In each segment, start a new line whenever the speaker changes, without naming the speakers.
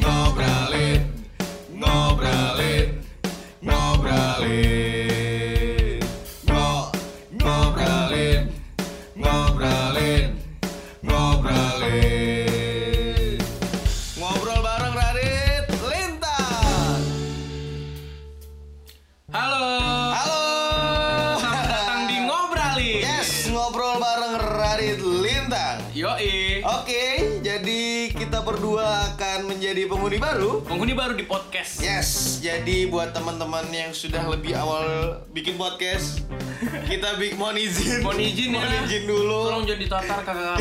ngobrolin ngobrolin ngobrolin Ngo- ngobrolin ngobrolin ngobrolin ngobrol bareng Radit Lintas
Halo.
halo
Selamat datang di Ngobrali.
yes ngobrol bareng Radit Lintang
Yoi.
Oke, jadi kita berdua akan menjadi penghuni baru
Penghuni baru di podcast.
Yes, jadi buat teman-teman yang sudah lebih awal bikin podcast, kita bi- mohon izin.
Mohon izin ya.
Mohon izin dulu.
Tolong jangan ditatar kakak.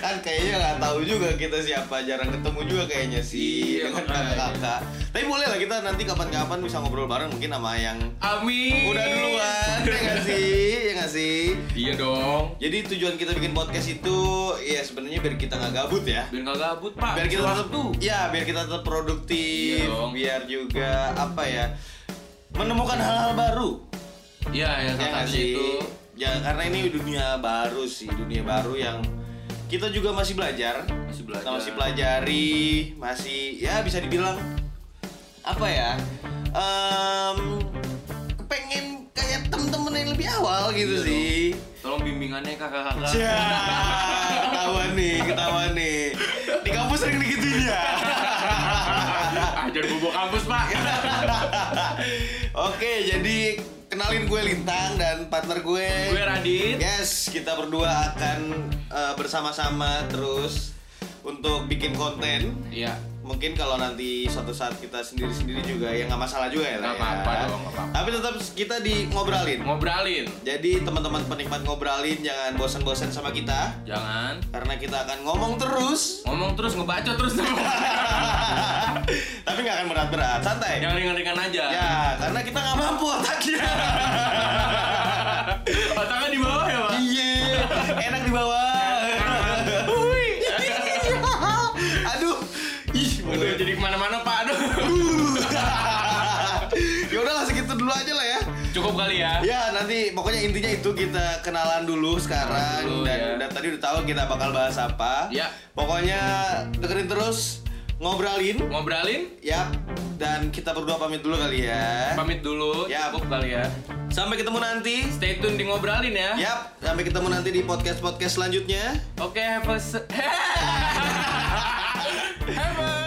kan kayaknya nggak tahu juga kita siapa, jarang ketemu juga kayaknya sih
Iya,
dengan
makanya.
kakak-kakak. Tapi boleh lah kita nanti kapan-kapan bisa ngobrol bareng mungkin sama yang
Amin.
udah duluan, ya nggak sih, ya nggak sih.
Iya dong.
Jadi tujuan kita bikin podcast itu, ya sebenarnya biar kita nggak gabut ya.
Biar nggak gabut pak.
biar kita
Bisa
tetap
waktu.
ya biar kita tetap produktif
Iya dong.
biar juga apa ya menemukan hal-hal baru
Iya ya
ya
salah
nggak
satu
sih
itu.
ya karena ini dunia baru sih dunia baru yang kita juga masih belajar
Masih belajar.
kita masih pelajari masih ya bisa dibilang apa ya Em pengen kayak temen-temen yang lebih awal gitu
Iya dong.
sih
Tolong bimbingannya kakak-kakak.
Ya, ketahuan nih, ketahuan nih. Di kampus sering digituin ya.
Ah, jangan bobok kampus pak.
Iya. Oke, jadi kenalin gue Lintang dan partner gue.
Gue Radit.
Iya. Yes, kita berdua akan eh, bersama-sama terus untuk bikin konten.
Iya.
Mungkin kalau nanti suatu saat kita sendiri-sendiri juga ya nggak masalah juga ya. lah ya.
Nggak apa-apa dong, nggak apa-apa.
Tapi tetap kita di ngobrolin.
Ngobralin.
Jadi teman-teman penikmat ngobrolin jangan bosan-bosan sama kita
Jangan.
karena kita akan ngomong terus.
Ngomong terus ngebaca terus.
Tapi nggak akan berat-berat, santai.
Yang ringan-ringan aja.
Ya, karena kita nggak mampu otaknya.
Otaknya di bawah ya pak.
Iya, enak di bawah. Ui. Aduh, ih,
Aduh,
mulut.
jadi kemana-mana pak. Aduh.
ya udahlah segitu dulu aja lah ya.
Cukup kali ya.
Ya nanti pokoknya intinya itu kita kenalan dulu sekarang
Kenalan dulu,
dan,
ya.
dan tadi udah tahu kita bakal bahas apa.
Ya.
Pokoknya dengerin terus ngobrolin.
Ngobralin.
Yap. Dan kita berdua pamit dulu kali ya.
Pamit dulu.
Ya.
Cukup kali ya.
Sampai ketemu nanti.
Stay tune di ngobralin ya.
Yap. Sampai ketemu nanti di podcast podcast selanjutnya.
Oke, have a se- have a